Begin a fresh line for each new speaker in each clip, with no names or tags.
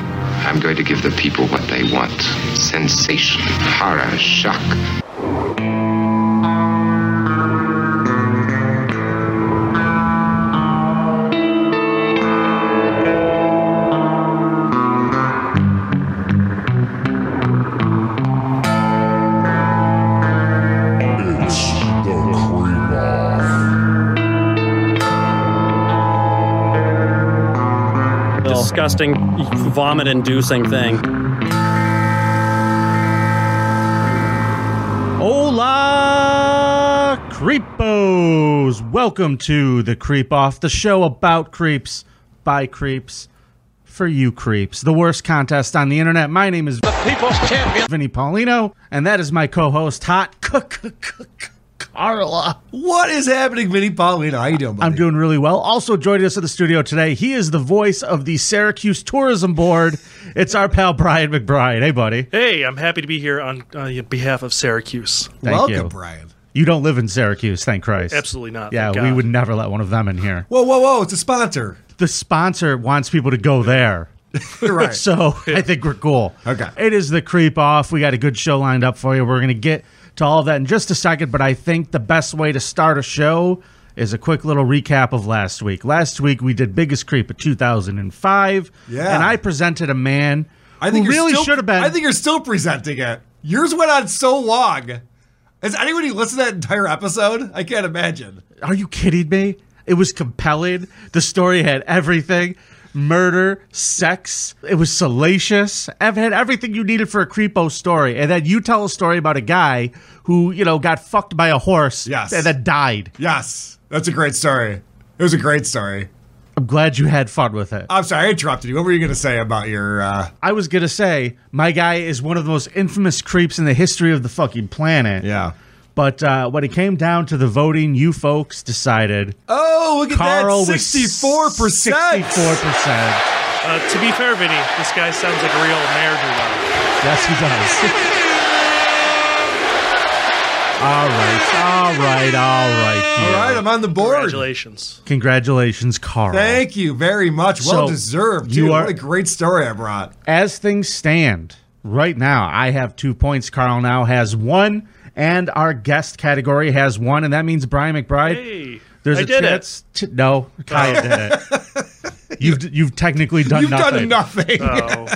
I'm going to give the people what they want sensation, horror, shock.
It's the creep off.
disgusting, vomit inducing thing.
Hola, creepos! Welcome to the Creep Off, the show about creeps, by creeps, for you creeps. The worst contest on the internet. My name is
People's Champion.
Vinny Paulino, and that is my co-host Hot C- C- C- C- Carla.
What is happening, Vinny Paulino? Oh, How you doing, buddy?
I'm doing really well. Also joining us in the studio today, he is the voice of the Syracuse Tourism Board. It's our pal Brian McBride. Hey, buddy.
Hey, I'm happy to be here on uh, behalf of Syracuse.
Thank
Welcome,
you.
Brian.
You don't live in Syracuse, thank Christ.
Absolutely not,
Yeah,
thank
we
God.
would never let one of them in here.
Whoa, whoa, whoa! It's a sponsor.
the sponsor wants people to go there.
right.
So I think we're cool.
Okay.
It is the creep off. We got a good show lined up for you. We're going to get to all of that in just a second, but I think the best way to start a show is a quick little recap of last week. Last week we did Biggest Creep of 2005.
Yeah.
And I presented a man
I think
who
you're
really
still-
should have been.
I think you're still presenting it. Yours went on so long. Has anybody listened to that entire episode? I can't imagine.
Are you kidding me? It was compelling. The story had everything murder, sex. It was salacious. It had everything you needed for a creepo story. And then you tell a story about a guy who, you know, got fucked by a horse
Yes.
and then died.
Yes, that's a great story. It was a great story.
I'm glad you had fun with it.
I'm sorry, I interrupted you. What were you going to say about your? Uh,
I was going to say, my guy is one of the most infamous creeps in the history of the fucking planet.
yeah.
But uh, when it came down to the voting, you folks decided
Oh, look at
Carl
that!
was
Sixty-four percent.
64%.
Uh, to be fair, Vinny, this guy sounds like a real mayor
Yes, he does. all right, all right, all right,
All
dear.
right, I'm on the board.
Congratulations.
Congratulations, Carl.
Thank you very much. Well
So,
deserved.
you
Dude,
are-
what a great story I brought.
As things stand right now, I have two points. Carl now has one, and our guest category has one, and that means Brian McBride.
Hey,
There's
I
a
did it. Oh.
chance to no, Kyle did it. You've you've technically done
You've
nothing. Uh,
done nothing.
Oh.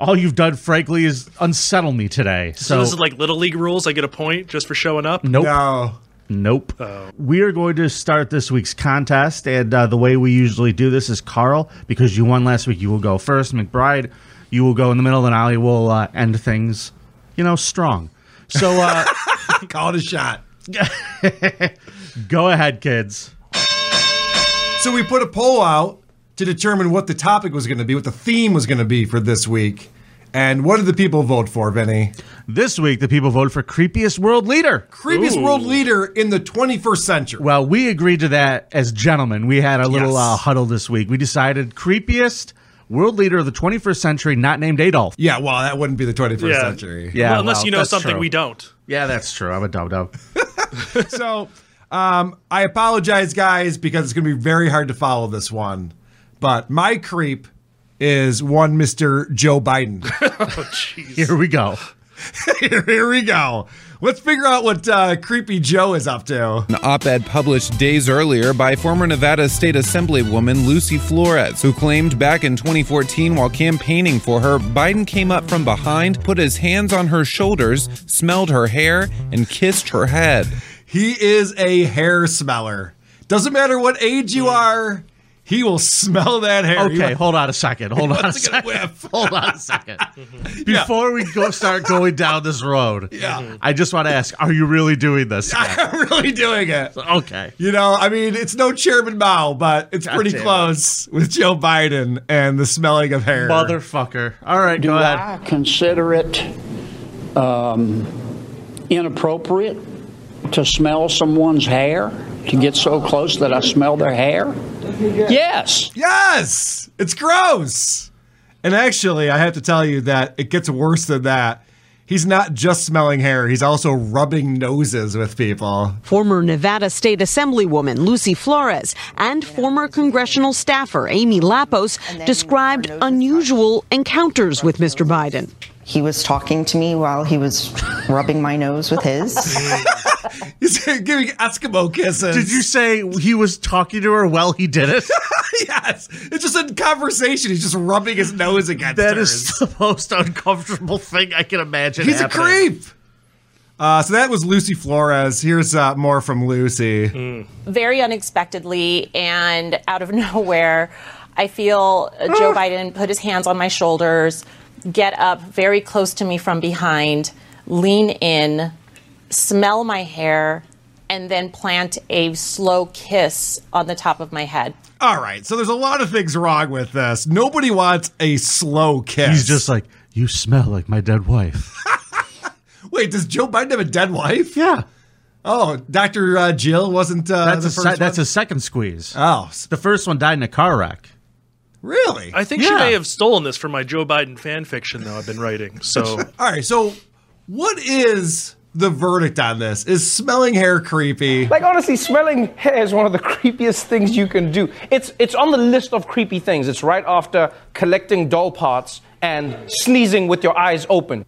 All you've done, frankly, is unsettle me today.
so
So,
this is like Little League rules. I get a point just for showing up.
nope.
No.
Nope. We are going to start this week's contest, and uh, the way we usually do this is Carl, because you won last week, you will go first. McBride, you will go in the middle, and Ollie will uh, end things, you know, strong. So uh,
Call it a shot.
go ahead, kids.
So we put a poll out to determine what the topic was going to be, what the theme was going to be for this week. And what did the people vote for, Vinny?
This week, the people voted for creepiest world leader.
Creepiest world leader in the 21st century.
Well, we agreed to that as gentlemen. We had a little
Yes.
uh, huddle this week. We decided creepiest world leader of the 21st century, not named Adolf.
yeah, well, that wouldn't be the 21st
Yeah.
century.
Yeah,
well, unless
well,
you know
that's
something
true.
we don't.
Yeah, that's true. I'm a dumb dumb.
So um, I apologize, guys, because it's going to be very hard to follow this one. But my creep is one Mr. Joe Biden.
Here we go.
Here we go. Let's figure out what uh, Creepy Joe is up to.
An op ed published days earlier by former Nevada State Assemblywoman Lucy Flores, who claimed back in 2014 while campaigning for her, Biden came up from behind, put his hands on her shoulders, smelled her hair, and kissed her head.
He is a hair smeller. Doesn't matter what age you are, he will smell that hair.
Mm. Okay, hold on a second. Hold on a
What's it gonna
second. Hold on a second.
Yeah.
Before we go start going down this road,
Yeah.
I just want to ask: Are you really doing this?
I'm really doing it.
okay.
You know, I mean, it's no Chairman Mao, but it's pretty
damn it.
close with Joe Biden and the smelling of hair.
Motherfucker. All right,
Do
go ahead.
I consider it um, inappropriate to smell someone's hair? To get so close that I smell their hair? Yes.
Yes, it's gross. And actually, I have to tell you that it gets worse than that. he's not just smelling hair, he's also rubbing noses with people.
Former Nevada State Assemblywoman Lucy Flores and former congressional staffer Amy Lapos described unusual encounters with Mr. Biden.
He was talking to me while he was rubbing my nose with his.
He's giving Eskimo kisses.
Did you say he was talking to her while he did it?
yes. It's just a conversation. He's just rubbing his nose against
That
hers.
is the most uncomfortable thing I can imagine.
He's
happening.
a creep. Uh, so that was Lucy Flores. Here's uh, more from Lucy.
Mm.
very unexpectedly and out of nowhere, I feel uh, Joe Biden put his hands on my shoulders, get up very close to me from behind, lean in, smell my hair, and then plant a slow kiss on the top of my head.
All right. So there's a lot of things wrong with this. Nobody wants a slow kiss.
He's just like, you smell like my dead wife.
Wait, does Joe Biden have a dead wife?
Yeah.
Oh, Dr. Uh, Jill wasn't uh,
That's,
the
a,
first
se- that's
one?
a second squeeze.
Oh, s-
the first one died in a car wreck.
really?
I think she
Yeah.
may have stolen this from my Joe Biden fan fiction, though, I've been writing. So
All right. So what is the verdict on this? Is smelling hair creepy?
oh.
Like honestly, smelling hair is one of the creepiest things you can do. It's it's on the list of creepy things. It's right after collecting doll parts and sneezing with your eyes open.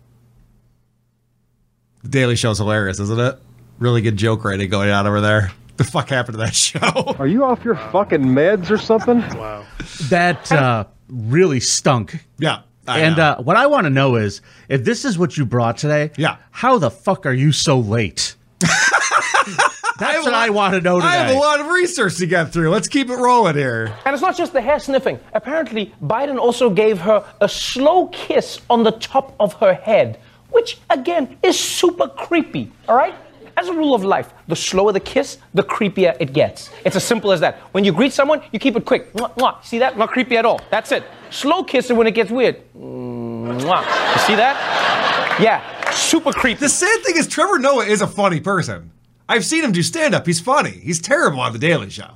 The Daily Show's hilarious, isn't it? Really good joke writing going on over there. The fuck happened to that show?
Are you off your fucking meds or something?
That uh, really stunk.
yeah. I
and
know.
uh, what I want to know is if this is what you brought today,
Yeah.
how the fuck are you so late? That's what I want to know today.
I have a lot of research to get through. Let's keep it rolling here.
And it's not just the hair sniffing. Apparently, Biden also gave her a slow kiss on the top of her head, which again is super creepy, all right? As a rule of life, the slower the kiss, the creepier it gets. It's as simple as that. When you greet someone, you keep it quick. Mwah, mwah. See that? Not creepy at all. That's it. Slow kiss is when it gets weird. Mwah. You see that? Yeah, super creepy.
The sad thing is, Trevor Noah is a funny person. I've seen him do stand up. He's funny. He's terrible on The Daily Show.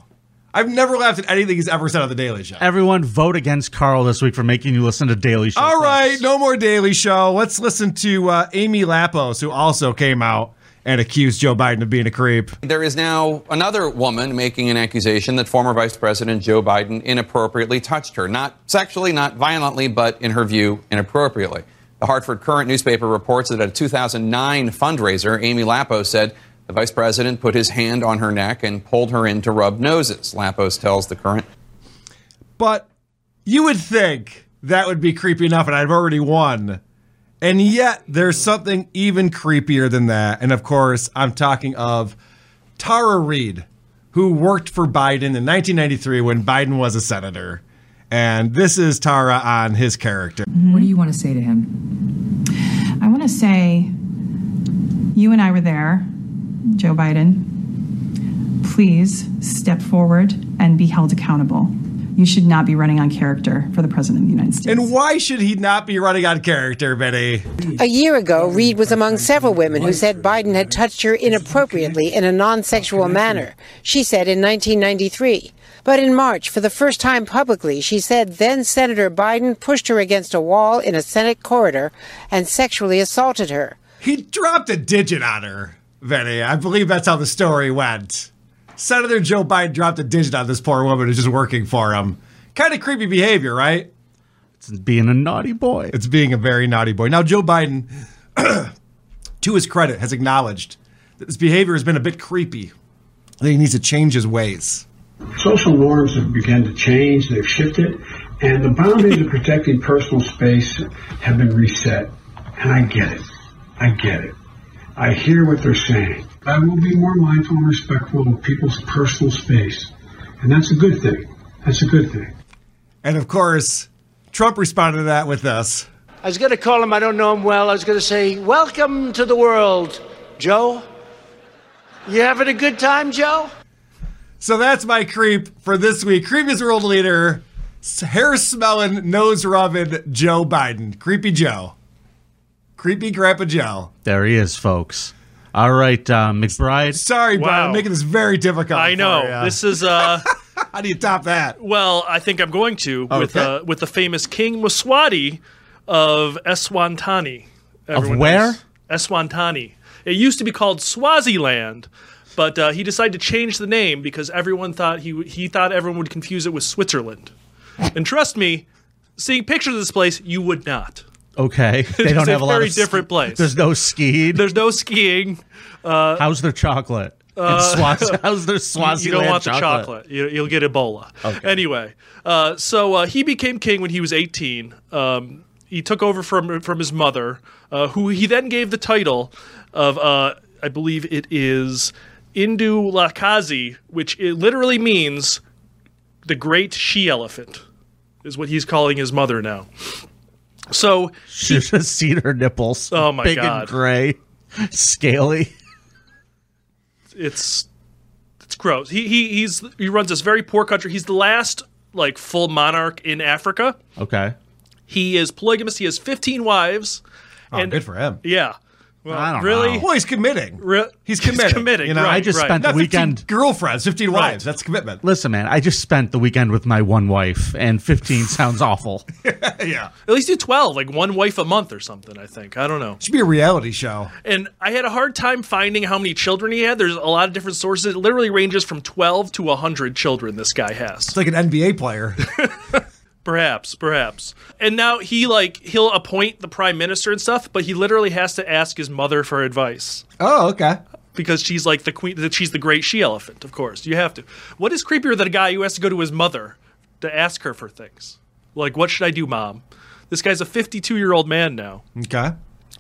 I've never laughed at anything he's ever said on The Daily Show.
Everyone vote against Carl this week for making you listen to Daily Show.
All
clips.
right, no more Daily Show. Let's listen to uh, Amy Lapos, who also came out and accused Joe Biden of being a creep.
There is now another woman making an accusation that former Vice President Joe Biden inappropriately touched her. Not sexually, not violently, but in her view, inappropriately. The Hartford Current newspaper reports that at a 2009 fundraiser, Amy Lapo said the vice president put his hand on her neck and pulled her in to rub noses. Lapos tells the Current.
But you would think that would be creepy enough, and I've already won. And yet, there's something even creepier than that. And of course, I'm talking of Tara Reid, who worked for Biden in 1993 when Biden was a senator. And this is Tara on his character.
What do you want to say to him? I want to say, you and I were there, Joe Biden. Please step forward and be held accountable. You should not be running on character for the President of the United States.
And why should he not be running on character, Betty?
A year ago, Reed was among several women who said Biden had touched her inappropriately in a non sexual manner, she said in 1993. But in March, for the first time publicly, she said then Senator Biden pushed her against a wall in a Senate corridor and sexually assaulted her.
He dropped a digit on her, Betty. I believe that's how the story went. Senator Joe Biden dropped a digit on this poor woman who's just working for him. Kind of creepy behavior, right?
It's being a naughty boy.
It's being a very naughty boy. Now, Joe Biden, to his credit, has acknowledged that this behavior has been a bit creepy. I think he needs to change his ways.
Social norms have begun to change, they've shifted, and the boundaries of protecting personal space have been reset. And I get it. I get it. I hear what they're saying. I will be more mindful and respectful of people's personal space. And that's a good thing. That's a good thing.
And of course, Trump responded to that with this.
I was going to call him, I don't know him well. I was going to say, Welcome to the world, Joe. You having a good time, Joe?
So that's my creep for this week. Creepiest world leader, hair smelling, nose rubbing Joe Biden. Creepy Joe. Creepy Grandpa Joe.
There he is, folks. All right, uh, McBride.
Sorry, Brian.
Wow.
I'm making this very difficult.
I know.
for ya.
This is. Uh,
How do you top that?
Well, I think I'm going to with
Okay.
uh, with the famous King Muswati of Eswatini
everyone
where?
knows. Eswatini. It used to be called Swaziland, but uh, he decided to change the name because everyone thought he he thought everyone would confuse it with Switzerland. And trust me, seeing pictures of this place, you would not.
Okay, they
It's
don't
a
have a lot.
very
of
different place.
There's no skiing.
There's no skiing. Uh,
How's their chocolate? In
Uh,
Swaz- how's their
You
Swaziland
don't want
chocolate?
the chocolate. You, you'll get Ebola. Anyway, uh, so uh, he became king when he was 18. Um, he took over from from his mother, uh, who he then gave the title of, uh, I believe it is Indu Lakazi, which it literally means the great she elephant, is what he's calling his mother now. So
She's just seen her nipples.
Oh, my
big
God.
and gray, scaly.
it's it's gross. He he he's he runs this very poor country. He's the last like full monarch in Africa.
Okay.
He is polygamous. He has 15 wives.
Oh, good for him.
Yeah. Well,
I don't
really?
know. Well, he's committing.
he's
committing,
committing.
you know?
right,
I just
right.
spent the
Not 15
weekend.
Girlfriends, 15
Right.
wives. That's commitment.
Listen, man, I just spent the weekend with my one wife, and 15 sounds awful.
yeah. At least do 12, like one wife a month or something, I think. I don't know.
Should be a reality show.
And I had a hard time finding how many children he had. There's a lot of different sources. It literally ranges from 12 to 100 children this guy has.
It's like an NBA player.
Perhaps, perhaps. And now he like he'll appoint the prime minister and stuff, but he literally has to ask his mother for advice
oh, okay.
because she's like the queen. that She's the great she elephant, of course. You have to. What is creepier than a guy who has to go to his mother to ask her for things? Like, what should I do, mom? This guy's a 52 year old man now.
Okay.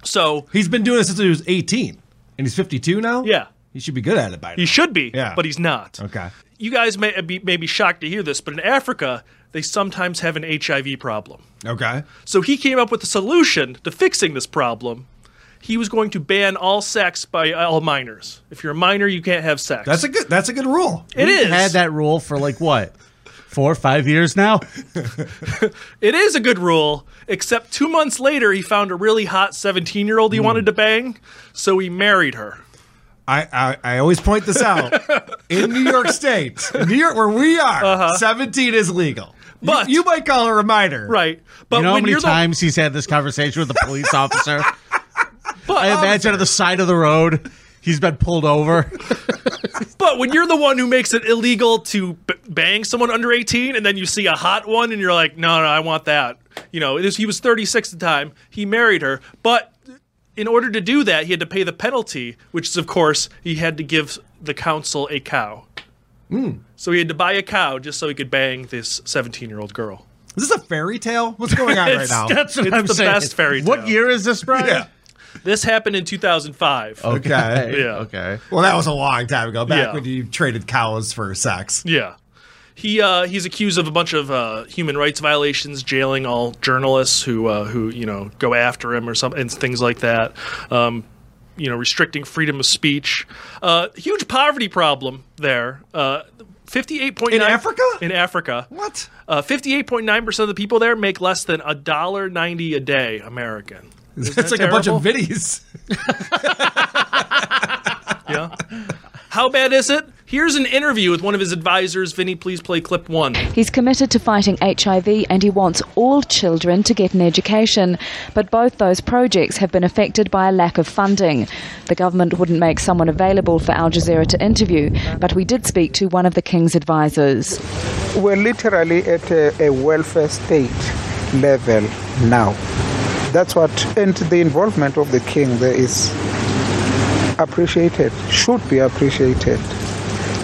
So
he's been doing it since he was 18, and he's 52 now.
Yeah.
He should be good at it by now.
He should be,
Yeah.
but he's not.
Okay.
You guys may be, may be shocked to hear this, but in Africa, they sometimes have an HIV problem.
Okay.
So he came up with a solution to fixing this problem. He was going to ban all sex by uh, all minors. If you're a minor, you can't have sex.
That's a good. That's a good rule.
It
We've
is.
had that rule for like what, four or five years now.
It is a good rule, except two months later, he found a really hot 17 year
Hmm.
old he wanted to bang, so he married her.
I, I I always point this out in New York State, in New York where we are,
Uh-huh.
17 is legal. But you, might call her a minor,
right? But
you know how
when
many
you're the-
times he's had this conversation with the police officer?
Oh,
I
um,
imagine on the side of the road, he's been pulled over.
But when you're the one who makes it illegal to b- bang someone under 18, and then you see a hot one, and you're like, no, no, I want that. You know, it is, he was 36 at the time. He married her, but in order to do that, he had to pay the penalty, which is, of course, he had to give the council a cow.
Hmm.
So he had to buy a cow just so he could bang this 17 year old girl.
Is this a fairy tale? What's going on right
It's-
now?
That's what
It's
I'm
the
saying.
best fairy
What
tale. year is this, Brian?
Yeah.
This happened in 2005.
Oh, Okay.
yeah.
Okay.
Well, that was a long time ago. Back
Yeah.
when you traded cows for sex.
Yeah. He uh, he's accused of a bunch of uh, human rights violations, jailing all journalists who uh, who you know go after him or something and things like that. Um, you know, restricting freedom of speech. Uh, huge poverty problem there. Uh, Fifty-eight point nine
In Africa?
In Africa, Uh,
what?
Fifty-eight point nine percent of the people there make less than a dollar ninety a day American. Isn't
That's
that
like a bunch of
terrible?
viddies.
Yeah. How bad is it? Here's an interview with one of his advisors, Vinny. Please play clip one.
He's committed to fighting HIV and he wants all children to get an education. But both those projects have been affected by a lack of funding. The government wouldn't make someone available for Al Jazeera to interview, but we did speak to one of the King's advisors.
We're literally at a, a welfare state level now. That's what, and the involvement of the king there is appreciated, should be appreciated.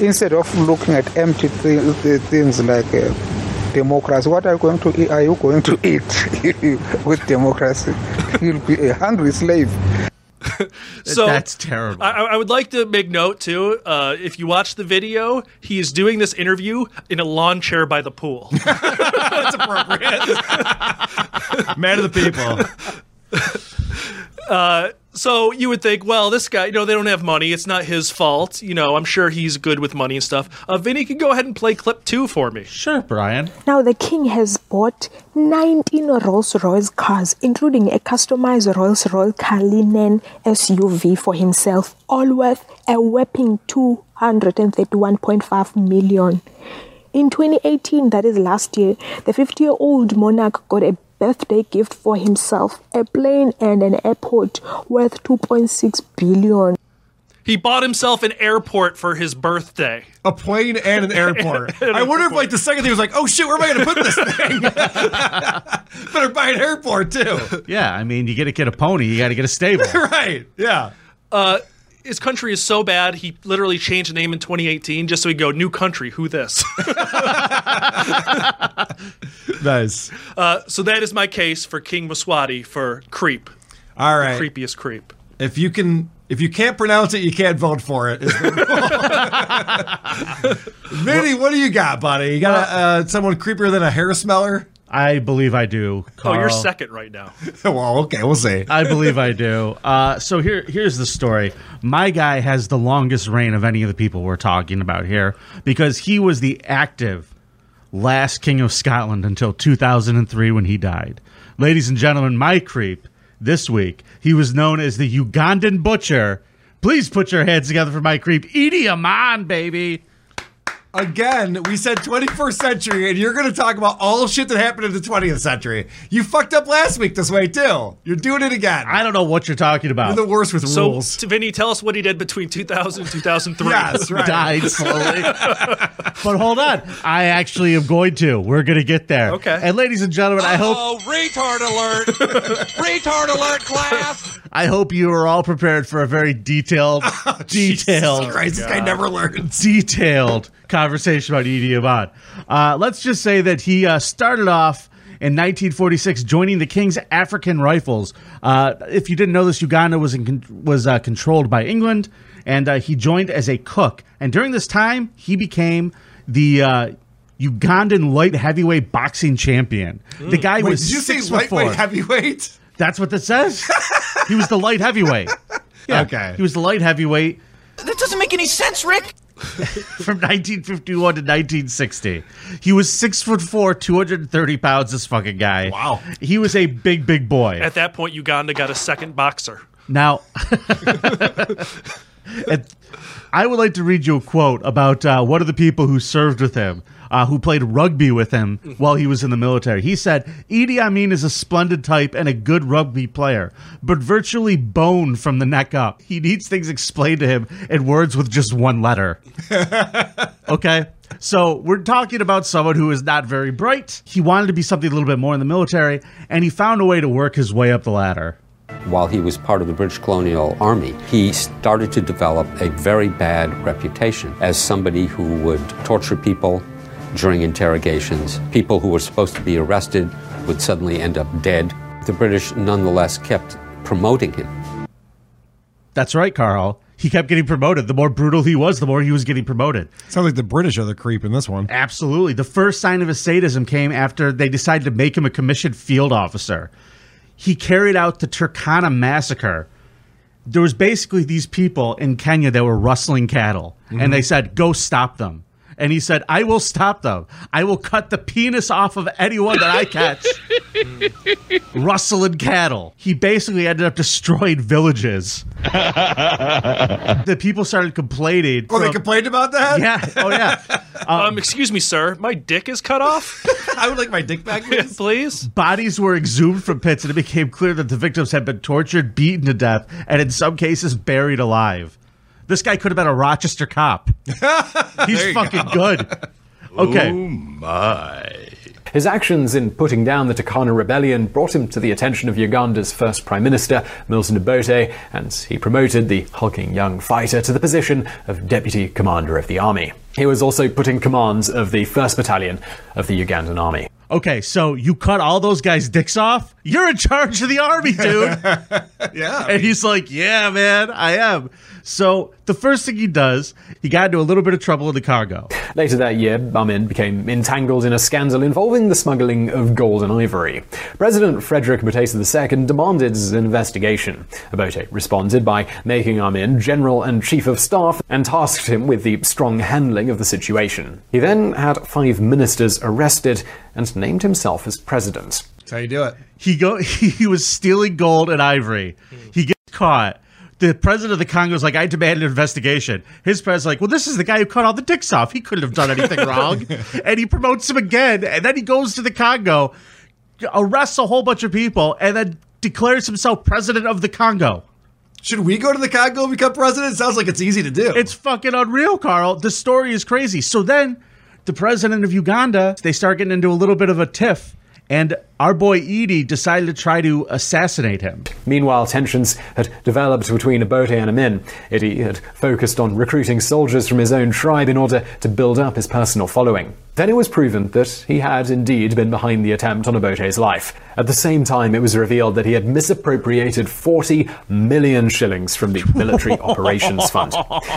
Instead of looking at empty thi- thi- things like uh, democracy, what are you going to eat? Are you going to eat with democracy? You'll be a hungry slave.
So
That's
terrible.
I, I would like to make note too. Uh, if you watch the video, he is doing this interview in a lawn chair by the pool.
Man of the people.
Uh, so you would think, well, this guy, you know, they don't have money. It's not his fault. You know, I'm sure he's good with money and stuff. Uh, Vinny, can you go ahead and play clip two for me.
Sure, Brian.
Now, the king has bought 19 Rolls Royce cars, including a customized Rolls Royce Cullinan SUV for himself, all worth a whopping 231.5 million. In 2018, that is last year, the 50 year old monarch got a birthday gift for himself a plane and an airport worth 2.6 billion.
He bought himself an airport for his birthday.
A plane and an airport. I wonder if like the second thing was like, oh shit, where am I going to put this thing? Better buy an airport too.
Yeah, I mean, you got to get a pony, you got to get a stable.
right. Yeah.
Uh, his country is so bad, he literally changed the name in 2018 just so he'd go, New country, who this?
nice.
Uh, so that is my case for King Maswati for creep.
All right.
The creepiest creep.
If you can, if you can't pronounce it, you can't vote for it. is the rule. Vinny, what do you got, buddy? You got a, uh, someone creepier than a hair smeller?
I believe I do.
Oh,
Carl.
you're second right now.
well, okay, we'll see.
I believe I do. Uh, so here, here's the story. My guy has the longest reign of any of the people we're talking about here because he was the active last king of Scotland until 2003 when he died. Ladies and gentlemen, my creep this week. He was known as the Ugandan butcher. Please put your hands together for my creep, Edie Amon, baby.
Again, we said 21st century, and you're going to talk about all shit that happened in the 20th century. You fucked up last week this way, too. You're doing it again.
I don't know what you're talking about.
You're the worst with
So,
rules.
Vinny, tell us what he did between 2000 and 2003.
Yes, right.
Died slowly. But hold on, I actually am going to. We're going to get there.
Okay.
And ladies and gentlemen, I hope
Oh, retard alert! retard alert, class!
I hope you are all prepared for a very detailed, detailed,
Oh, Christ, this guy never learns.
detailed conversation about Edie Avant. Uh, let's just say that he uh, started off in 1946 joining the King's African Rifles. Uh, if you didn't know this, Uganda was in con- was uh, controlled by England, and uh, he joined as a cook. And during this time, he became the uh, Ugandan light heavyweight boxing champion. The guy
Mm. Wait,
was
did you say
six foot
lightweight
four.
heavyweight?
That's what that says. he was the light heavyweight. Yeah,
Okay.
He was the light heavyweight
That doesn't make any sense, Rick!
from 1951 to 1960. He was six foot four, 230 pounds. This fucking guy. Wow. He was a big, big boy.
At that point, Uganda got a second boxer.
Now, and I would like to read you a quote about uh, one of the people who served with him, uh, who played rugby with him while he was in the military. He said, Idi Amin is a splendid type and a good rugby player, but virtually bone from the neck up. He needs things explained to him in words with just one letter. Okay. So we're talking about someone who is not very bright. He wanted to be something a little bit more in the military, and he found a way to work his way up the ladder.
While he was part of the British colonial army, he started to develop a very bad reputation as somebody who would torture people during interrogations. People who were supposed to be arrested would suddenly end up dead. The British nonetheless kept promoting him.
That's right, Carl. He kept getting promoted. The more brutal he was, the more he was getting promoted.
Sounds like the British are the creep in this one.
Absolutely. The first sign of his sadism came after they decided to make him a commissioned field officer. He carried out the Turkana massacre. There was basically these people in Kenya that were rustling cattle,
Mhm.
and they said, "Go stop them." And he said, "I will stop them. I will cut the penis off of anyone that I catch." rustling cattle. He basically ended up destroying villages. the people started complaining.
Oh, they
from-
complained about that?
Yeah. Oh, yeah.
Um, excuse me, sir. My dick is cut off.
I would like my dick back, please.
Bodies were exhumed from pits, and it became clear that the victims had been tortured, beaten to death, and in some cases buried alive. This guy could have been a Rochester cop. He's fucking good. Okay.
my. His actions in putting down the Takana rebellion brought him to the attention of Uganda's first Prime Minister, Milton Obote, and he promoted the hulking young fighter to the position of Deputy Commander of the Army. He was also put in commands of the 1st Battalion of the Ugandan Army.
Okay, so you cut all those guys' dicks off? You're in charge of the army, dude.
yeah.
And he's like, yeah, man, I am. So the first thing he does, he got into a little bit of trouble in the Congo.
Later that year, Amin became entangled in a scandal involving the smuggling of gold and ivory. President Frederick Batesa II demanded an investigation. Obote responded by making Amin General and Chief of Staff and tasked him with the strong handling of the situation. He then had five ministers arrested and named himself as president.
That's how you do it.
He go he was stealing gold and ivory. He gets caught. The president of the Congo's like, I demand an investigation. His president's like, well, this is the guy who cut all the dicks off. He couldn't have done anything wrong. and he promotes him again. And then he goes to the Congo, arrests a whole bunch of people and then declares himself president of the Congo.
Should we go to the Congo and become president? It sounds like it's easy to do.
It's fucking unreal, Carl. The story is crazy. So then the president of Uganda, they start getting into a little bit of a tiff, and our boy Edie decided to try to assassinate him.
Meanwhile, tensions had developed between Obote and Amin. Idi had focused on recruiting soldiers from his own tribe in order to build up his personal following. Then it was proven that he had indeed been behind the attempt on Obote's life. At the same time, it was revealed that he had misappropriated 40 million shillings from the Military Operations Fund.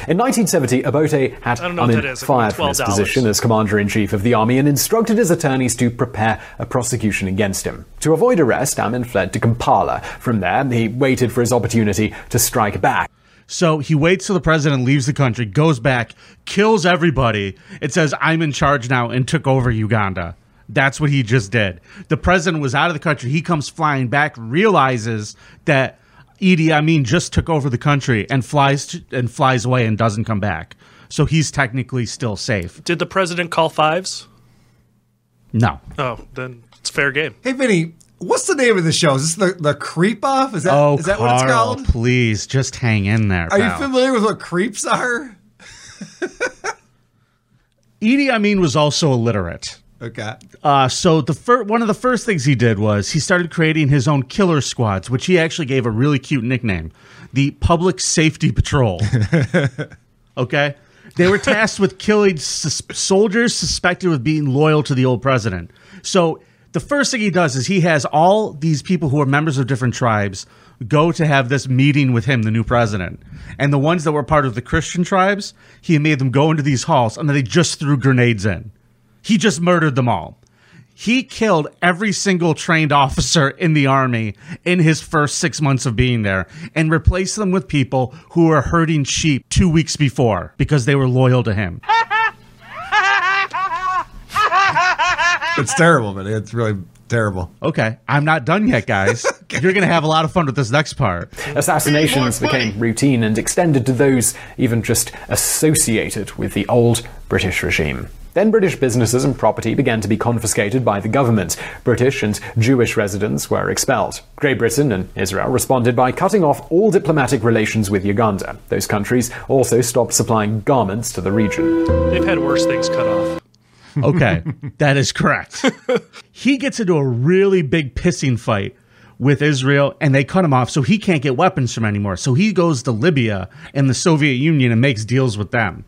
In 1970, Obote had
I don't know what
Amin
that is, like
fired from his
$12.
position as commander in chief of the army and instructed his attorneys to prepare a prosecution against him. To avoid arrest, Amin fled to Kampala. From there, he waited for his opportunity to strike back.
So he waits till the president leaves the country, goes back, kills everybody, and says, I'm in charge now and took over Uganda. That's what he just did. The president was out of the country. He comes flying back, realizes that Idi Amin just took over the country and flies to, and flies away and doesn't come back. So he's technically still safe.
Did the president call fives?
No.
Oh, then it's fair game.
Hey, Vinny, what's the name of the show? Is this the, the Creep Off? Is that,
oh,
is that what it's
Carl,
called?
please just hang in there.
Are you
pal.
familiar with what creeps are?
Idi Amin was also illiterate.
Okay.
Uh, so the fir- one of the first things he did was he started creating his own killer squads, which he actually gave a really cute nickname, the Public Safety Patrol. okay, they were tasked with killing sus- soldiers suspected of being loyal to the old president. So the first thing he does is he has all these people who are members of different tribes go to have this meeting with him, the new president, and the ones that were part of the Christian tribes, he made them go into these halls, and then they just threw grenades in. He just murdered them all. He killed every single trained officer in the army in his first six months of being there and replaced them with people who were herding sheep two weeks before because they were loyal to him.
It's terrible, but it's really terrible.
Okay, I'm not done yet, guys. You're going to have a lot of fun with this next part.
Assassinations became routine and extended to those even just associated with the old British regime. Then British businesses and property began to be confiscated by the government. British and Jewish residents were expelled. Great Britain and Israel responded by cutting off all diplomatic relations with Uganda. Those countries also stopped supplying garments to the region.
They've had worse things cut off.
Okay, that is correct. he gets into a really big pissing fight with Israel, and they cut him off, so he can't get weapons from anymore. So he goes to Libya and the Soviet Union and makes deals with them.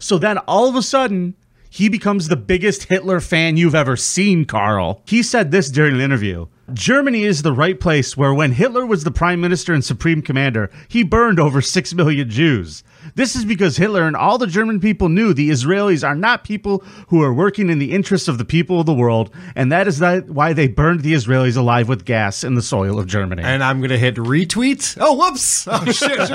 So then all of a sudden, he becomes the biggest Hitler fan you've ever seen, Carl. He said this during an interview. Germany is the right place where, when Hitler was the prime minister and supreme commander, he burned over 6 million Jews. This is because Hitler and all the German people knew the Israelis are not people who are working in the interests of the people of the world, and that is that why they burned the Israelis alive with gas in the soil of Germany.
And I'm going to hit retweet. Oh, whoops. Oh, shit. should've done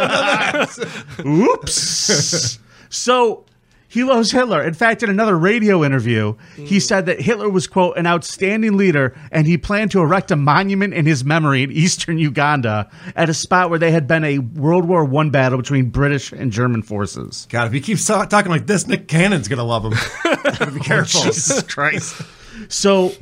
that.
Oops. so he loves Hitler. In fact, in another radio interview, he said that Hitler was, quote, an outstanding leader and he planned to erect a monument in his memory in eastern Uganda at a spot where they had been a World War One battle between British and German forces.
God, if he keeps ta- talking like this, Nick Cannon's going to love him. Gotta be careful.
Jesus Christ. So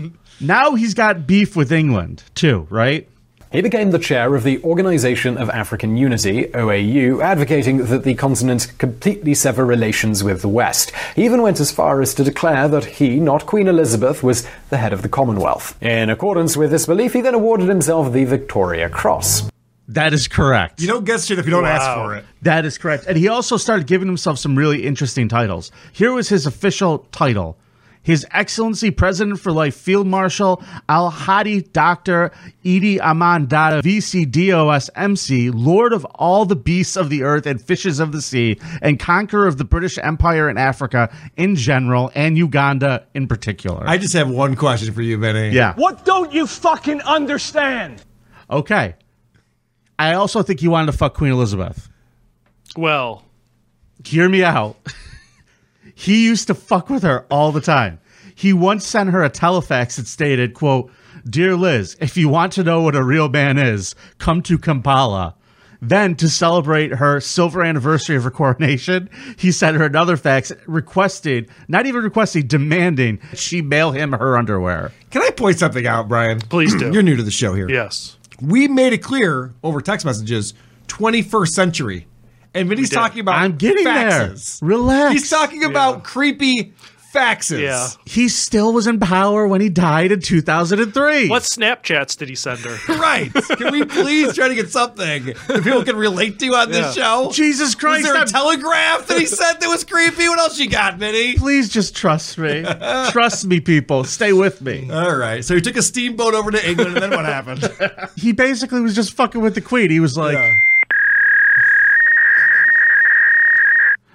now he's got beef with England, too, right?
He became the chair of the Organization of African Unity, OAU, advocating that the continent completely sever relations with the West. He even went as far as to declare that he, not Queen Elizabeth, was the head of the Commonwealth. In accordance with this belief, he then awarded himself the Victoria Cross.
That is correct.
You don't get shit if you don't ask for it.
That is correct. And he also started giving himself some really interesting titles. Here was his official title His Excellency President for Life Field Marshal Al Hadi Dr. Idi Aman Dada VCDOS MC, Lord of all the beasts of the earth and fishes of the sea, and conqueror of the British Empire in Africa in general and Uganda in particular.
I just have one question for you, Vinny.
Yeah.
What don't you fucking understand?
Okay. I also think he wanted to fuck Queen Elizabeth.
Well,
hear me out. he used to fuck with her all the time. He once sent her a telefax that stated, quote, Dear Liz, if you want to know what a real man is, come to Kampala. Then, to celebrate her silver anniversary of her coronation, he sent her another fax requesting, not even requesting, demanding she mail him her underwear.
Can I point something out, Brian?
Please do.
You're new to the show here.
Yes.
We made it clear over text messages 21st century. And Vinny's talking about
I'm getting
faxes.
there. Relax.
He's talking about creepy faxes.
Yeah.
He still was in power when he died in 2003.
What Snapchats did he send her?
Right. Can we please try to get something that people can relate to on this
Yeah.
show?
Jesus Christ,
Was there a
I'm-
telegraph that he sent that was creepy? What else you got, Vinny?
Please just trust me. trust me, people. Stay with me.
All right. So he took a steamboat over to England, and then what happened?
He basically was just fucking with the queen. He was like,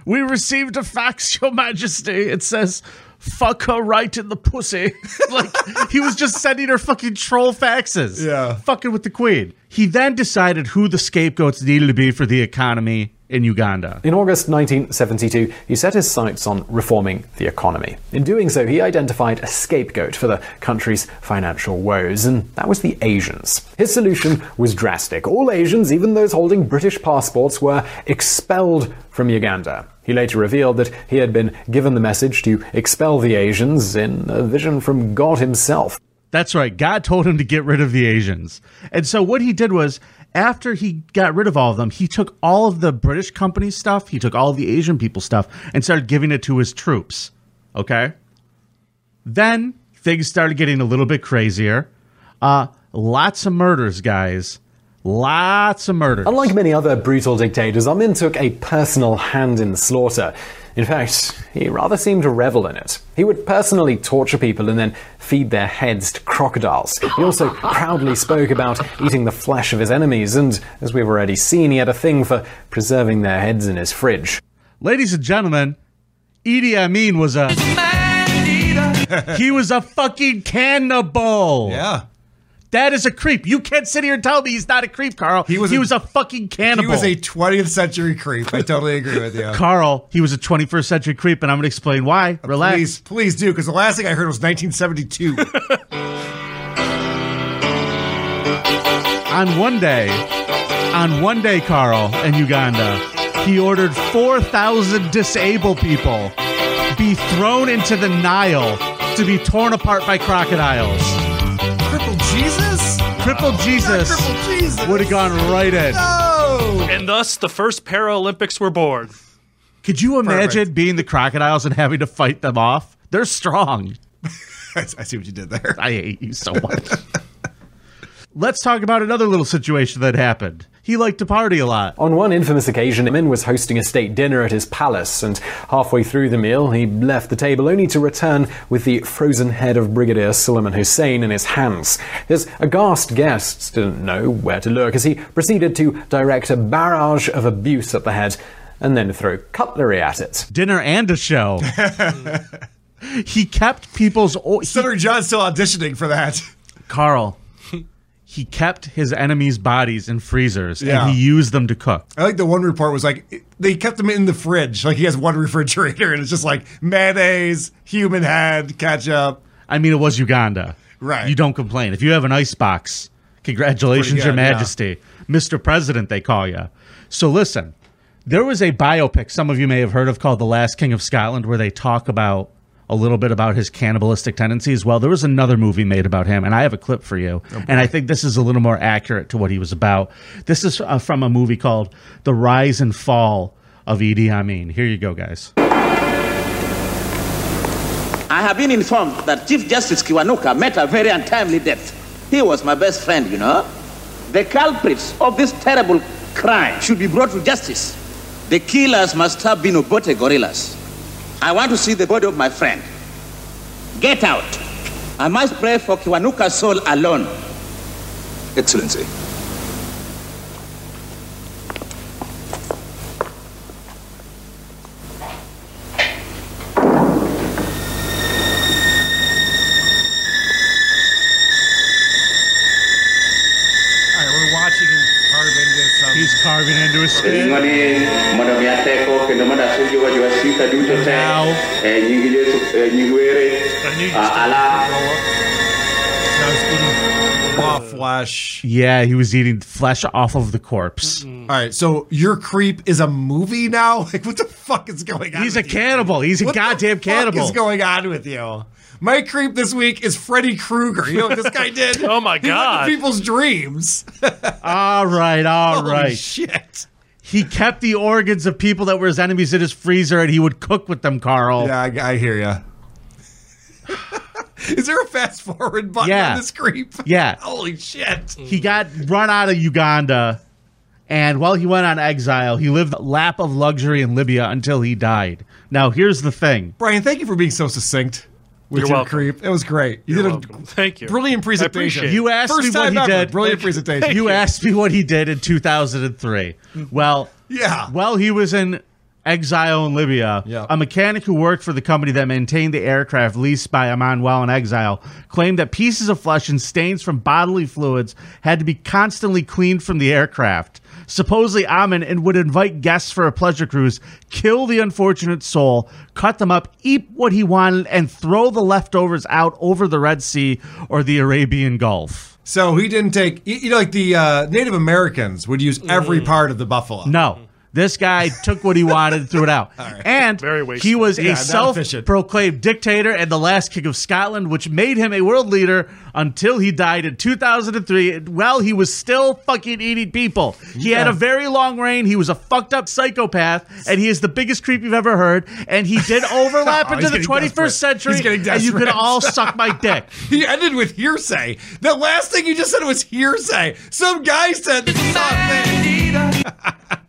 We received a fax, Your Majesty. It says, fuck her right in the pussy. like, he was just sending her fucking troll faxes. Yeah. Fucking with the queen. He then decided who the scapegoats needed to be for the economy in Uganda.
In August 1972, he set his sights on reforming the economy. In doing so, he identified a scapegoat for the country's financial woes, and that was the Asians. His solution was drastic. All Asians, even those holding British passports, were expelled from Uganda. He later revealed that he had been given the message to expel the Asians in a vision from God himself.
That's right. God told him to get rid of the Asians. And so what he did was after he got rid of all of them, he took all of the British company stuff, he took all of the Asian people stuff and started giving it to his troops. Okay? Then things started getting a little bit crazier. Uh lots of murders, guys. Lots of murders.
Unlike many other brutal dictators, Amin took a personal hand in the slaughter. In fact, he rather seemed to revel in it. He would personally torture people and then feed their heads to crocodiles. He also proudly spoke about eating the flesh of his enemies, and as we've already seen, he had a thing for preserving their heads in his fridge.
Ladies and gentlemen, Idi Amin was a he was a fucking cannibal.
Ah,
Yeah. That is a creep. You can't sit here and tell me he's not a creep, Carl. He was, he was a fucking cannibal.
He was a 20th century creep. I totally agree with you.
Carl, he was a 21st century creep, and I'm going to explain why. Relax.
Uh, Please, please do, because the last thing I heard was 1972.
On one day, on one day, Carl, in Uganda, he ordered 4,000 disabled people be thrown into the Nile to be torn apart by crocodiles.
Crippled Jesus?
Crippled Jesus, would have gone right in.
And thus, the first Paralympics were born.
Could you imagine being the crocodiles and having to fight them off? They're strong.
I see what you did there.
I hate you so much. Let's talk about another little situation that happened. He liked to party a lot.
On one infamous occasion, Amin was hosting a state dinner at his palace, and halfway through the meal, he left the table only to return with the frozen head of Brigadier Suleiman Hussein in his hands. His aghast guests didn't know where to look as he proceeded to direct a barrage of abuse at the head and then throw cutlery at it.
Dinner and a show. he kept people's. O-
Senator John's still auditioning for that.
Carl, he kept his enemies' bodies in freezers
Yeah.
and he used them to cook.
I like the one report was like it- they kept him in the fridge. Like he has one refrigerator, and it's just like mayonnaise, human head, ketchup.
I mean, it was Uganda.
Right.
You don't complain. If you have an ice box,
Pretty
congratulations,
good,
Your
yeah.
Majesty. Mr. President, they call you. So listen, there was a biopic some of you may have heard of called The Last King of Scotland, where they talk about a little bit about his cannibalistic tendencies. Well, there was another movie made about him, and I have a clip for you.
Oh,
and I think this is a little more accurate to what he was about. This is uh, from a movie called The Rise and Fall of Idi Amin. Here you go, guys.
I have been informed that Chief Justice Kiwanuka met a very untimely death. He was my best friend, you know. The culprits of this terrible crime should be brought to justice. The killers must have been Obote gorillas. I want to see the body of my friend. Get out. I must pray for Kiwanuka's soul alone. Excellency.
All right, we're watching him carve into some.
He's carving into his
Ngoni mondo mi ateko kendo mondo asum Jehova Jowasika duto te e nying Yesu e nying were Ah, ala
raw flesh.
Yeah, he was eating flesh off of the corpse.
All right, so your creep is a movie now. Like, what the fuck is going on? He's a
cannibal. He's a goddamn cannibal.
What is going on with you? My creep this week is Freddy Krueger. You know what this guy did?
Oh my
He went to
God.
people's dreams.
All right, all right.
Holy shit.
He kept the organs of people that were his enemies in his freezer, and he would cook with them, Carl.
Yeah, I, I hear you. Is there a fast forward button
Yeah.
on this creep?
Yeah.
Holy shit.
He got run out of Uganda, and while he went on exile, he lived the lap of luxury in Libya until he died. Now, here's the thing.
Brian, thank you for being so succinct with
You're
your
welcome.
creep. It was great. You did a
Thank you.
brilliant presentation.
You asked
First
me what
time
he
ever.
did.
Brilliant presentation. Mm.
You asked me what he did in 2003. Well,
yeah.
Well, he was in exile in Libya. A mechanic who worked for the company that maintained the aircraft leased by Amon while in exile claimed that pieces of flesh and stains from bodily fluids had to be constantly cleaned from the aircraft. Supposedly, Amin and would invite guests for a pleasure cruise, kill the unfortunate soul, cut them up, eat what he wanted, and throw the leftovers out over the Red Sea or the Arabian Gulf.
So he didn't take, you you know, like the uh, Native Americans would use every part of the buffalo.
No. This guy took what he wanted and threw it out. And he was
Yeah,
a
not
self proclaimed dictator and the last king of Scotland, which made him a world leader until he died in 2003 while he was still fucking eating people. He had
Yeah.
a very long reign. He was a fucked up psychopath, and he is the biggest creep you've ever heard. And he did overlap
Oh,
into
he's
the
getting
21st
desperate.
century.
He's getting
and you can
desperate.
all suck my dick.
He ended with hearsay. The last thing you just said was hearsay. Some guy said something.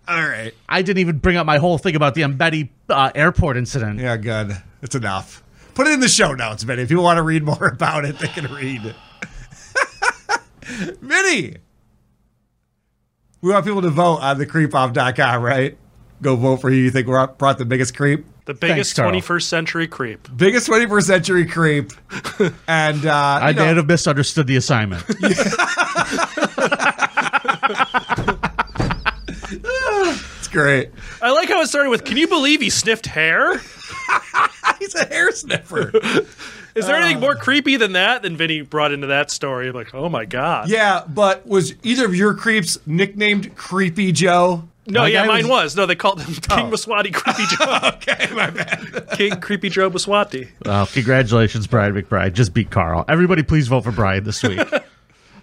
All right.
I didn't even bring up my whole thing about the Embedi uh, airport incident.
Yeah, good. It's enough. Put it in the show notes, Vinny. If you want to read more about it, they can read. Vinny! We want people to vote on the creepoff.com, right? Go vote for who you think brought brought the biggest creep.
The biggest 21st century creep.
biggest 21st century creep. And uh,
I
you know-
may have misunderstood the assignment.
It's great.
I like how it started with Can you believe he sniffed hair?
He's a hair sniffer.
Is there anything more creepy than that? Than Vinny brought into that story. I'm like, oh my God.
Yeah, but was either of your creeps nicknamed Creepy Joe?
No, yeah, mine was. Oh. No, they called him King Baswati Creepy Joe. okay, my bad. King Creepy Joe Baswati.
Well, Oh, congratulations, Brian McBride. Just beat Carl. Everybody, please vote for Brian this week.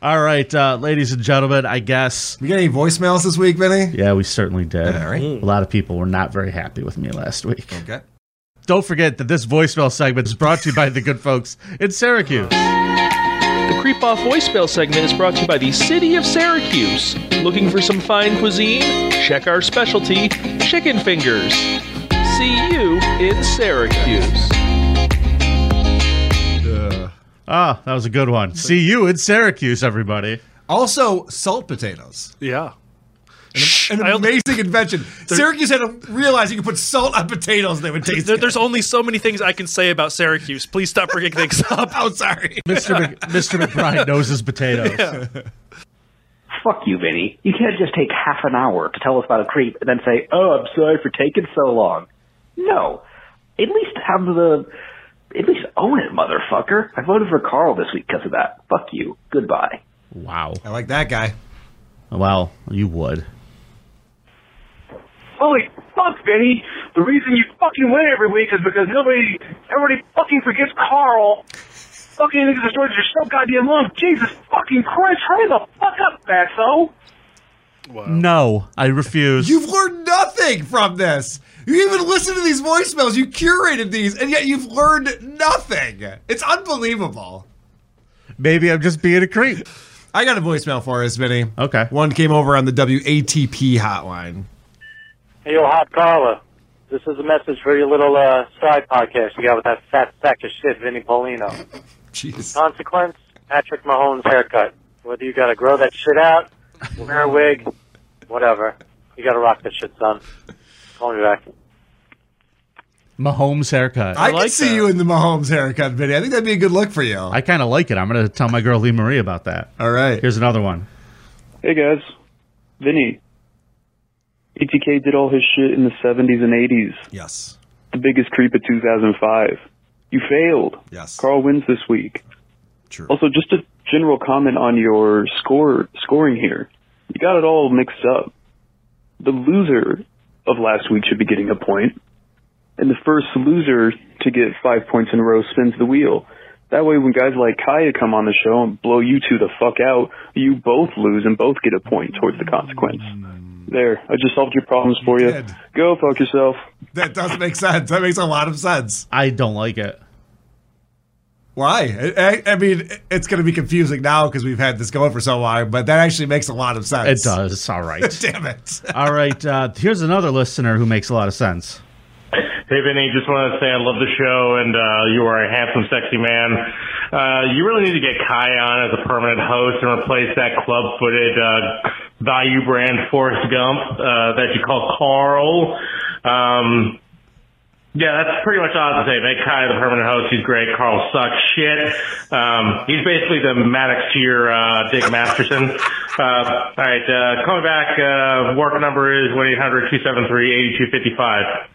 All right, uh, ladies and gentlemen, I guess.
We got any voicemails this week, Vinny?
Yeah, we certainly did.
All right. Oh.
A lot of people were not very happy with me last week.
Okay.
Don't forget that this voicemail segment is brought to you by the good folks in Syracuse.
Oh.
The Creep Off voicemail segment is brought to you by the City of Syracuse. Looking for some fine cuisine? Check our specialty, chicken fingers. See you in Syracuse.
Ah, that was a good one. See you in Syracuse, everybody.
Also, salt potatoes.
Yeah.
An amazing invention. Syracuse had to realize you could put salt on potatoes; they would taste.
There, there's only so many things I can say about Syracuse. Please stop bringing things up.
I'm sorry.
Mr. Mc- Mr. McBride knows his potatoes.
Fuck you, Vinny. You can't just take half an hour to tell us about a creep and then say, "Oh, I'm sorry for taking so long." No, at least have the, at least own it, motherfucker. I voted for Carl this week because of that. Fuck you. Goodbye.
Wow.
I like that guy.
Well, you would.
Holy fuck, Vinny. The reason you fucking win every week is because nobody, everybody fucking forgets Carl. Fucking niggas destroyed your so goddamn long. Jesus fucking Christ, hurry the fuck up, fatso.
No, I refuse.
You've learned nothing from this. You even listened to these voicemails. You curated these, and yet you've learned nothing. It's unbelievable.
Maybe I'm just being a creep.
I got a voicemail for us, Vinny.
Okay.
One came over on the WATP hotline.
Hey, yo, hot caller. This is a message for your little uh, side podcast you got with that fat sack of shit, Vinny Paulino.
Jeez.
Consequence: Patrick Mahone's haircut. Whether you got to grow that shit out, wear a wig, whatever, you got to rock that shit, son. Call me back.
Mahomes haircut.
I, can see you in the Mahomes haircut, Vinny. I think that'd be a good look for you.
I kind of like it. I'm going to tell my girl Lee Marie about that.
All right.
Here's another one.
Hey guys, Vinny. BTK did all his shit in the 70s and 80s.
Yes.
The biggest creep of 2005. You failed.
Yes.
Carl wins this week.
True.
Also, just to general comment on your score scoring here. You got it all mixed up. The loser of last week should be getting a point, and the first loser to get five points in a row spins the wheel. That way, when guys like Kaya come on the show and blow you two the fuck out, you both lose and both get a point towards the consequence. There, I just solved your problems for you.
did.
Go fuck yourself.
That does make sense. That makes a lot of sense.
I don't like it.
Why? I, I- I mean, it's going to be confusing now because we've had this going for so long, but that actually makes a lot of sense.
It does. All right.
Damn it.
All right. Uh, here's another listener who makes a lot of sense.
Hey, Vinny, just want to say I love the show, and uh, you are a handsome, sexy man. Uh, you really need to get Kai on as a permanent host and replace that club-footed uh, value brand Forrest Gump uh, that you call Carl. Um, yeah, that's pretty much all I have to say. Make Kai the permanent host. He's great. Carl sucks shit. Um, he's basically the Maddox to your uh, Dick Masterson. Uh, all right, uh, coming back. Uh, work number is one eight hundred two seven three eighty two fifty five.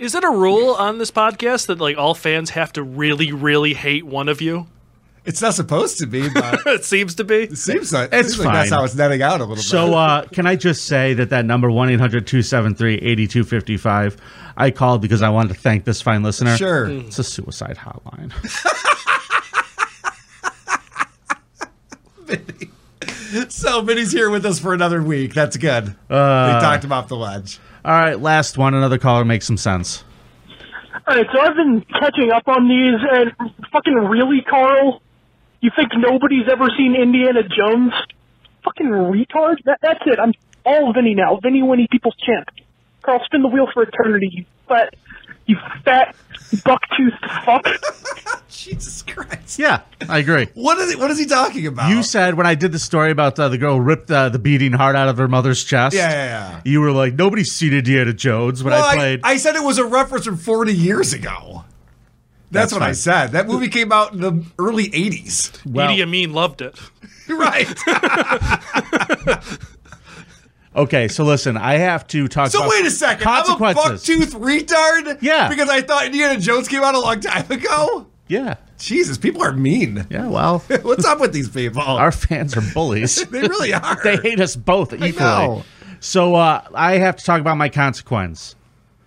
Is it a rule on this podcast that like all fans have to really, really hate one of you?
It's not supposed to be, but
it seems to be. It
seems like,
It's
seems like that's
fine.
how it's netting out a little bit.
So, uh, can I just say that that number 1 800 273 8255, I called because I wanted to thank this fine listener.
Sure. Mm.
It's a suicide hotline.
So Vinny's here with us for another week. That's good.
Uh,
they talked him off the ledge.
All right. Last one. Another caller makes some sense.
All right, so I've been catching up on these, and fucking really, Carl? You think nobody's ever seen Indiana Jones? Fucking retard? That, that's it. I'm all Vinny now. Vinny Winnie People's Champ. Carl, spin the wheel for eternity, you fat, you fat, buck-toothed fuck.
Jesus Christ.
Yeah, I agree.
What is he, what is he talking about?
You said when I did the story about uh, the girl ripped uh, the beating heart out of her mother's chest.
Yeah, yeah, yeah.
You were like, nobody's seen Indiana Jones when
Well,
I played.
I, said it was a reference from 40 years ago. That's,
That's
what I
fine.
said. That movie came out in the early 80s.
Idi Amin loved it.
right.
okay, so listen, I have to talk.
So
about
wait a second. I'm a
Consequences.
bucktooth retard?
Yeah.
Because I thought Indiana Jones came out a long time ago?
Yeah.
Jesus, people are mean.
Yeah, well.
What's up with these people?
Our fans are bullies.
They really are.
they hate us both equally.
know.
So uh, I have to talk about my consequence.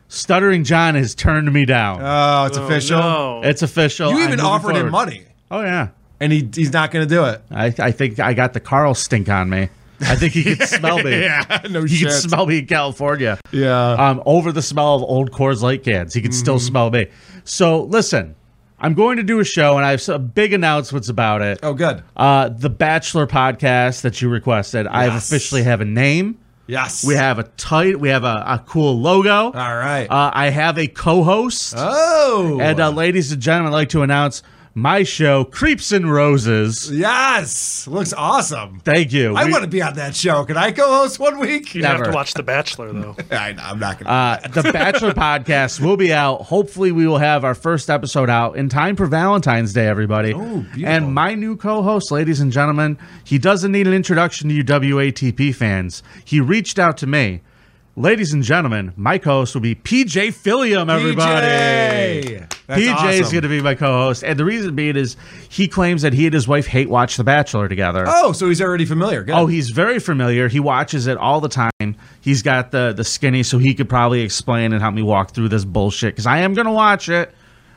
Stuttering John has turned me down.
Oh, it's Oh, official? no.
It's official.
You
I'm
even
moving
offered him
forward.
money.
Oh yeah.
And he, he's not going to do it.
I, I think I got the Carl stink on me. I think he could smell me.
Yeah, no
he
shit.
could smell me in California.
Yeah. Mm-hmm.
Um, over the smell of old Coors Light cans, he could still smell me. So listen, I'm going to do a show, and I have some big announcements about it.
Oh, good.
Uh, the Bachelor podcast that you requested, I have
Yes.
officially have a name.
Yes.
We have a tight. We have a, a cool logo. All
right.
Uh, I have a co-host.
Oh.
And uh, ladies and gentlemen, I'd like to announce my show, Creeps and Roses.
Yes. Looks awesome.
Thank you.
I
We-
want to be on that show. Can I co-host one week?
You'd have to
Never.
watch The Bachelor though.
I know, I'm not gonna.
Uh, the Bachelor podcast will be out. Hopefully, we will have our first episode out in time for Valentine's Day, everybody. Oh,
beautiful.
And my new co host, ladies and gentlemen, he doesn't need an introduction to you WATP fans. He reached out to me. Ladies and gentlemen, my co host will be PJ Philium, everybody.
PJ! That's
PJ is
awesome.
going to be my co host. And the reason being is he claims that he and his wife hate watch The Bachelor together.
Oh, so he's already familiar. Good.
Oh, he's very familiar. He watches it all the time. He's got the the skinny, so he could probably explain and help me walk through this bullshit. Because I am gonna watch it.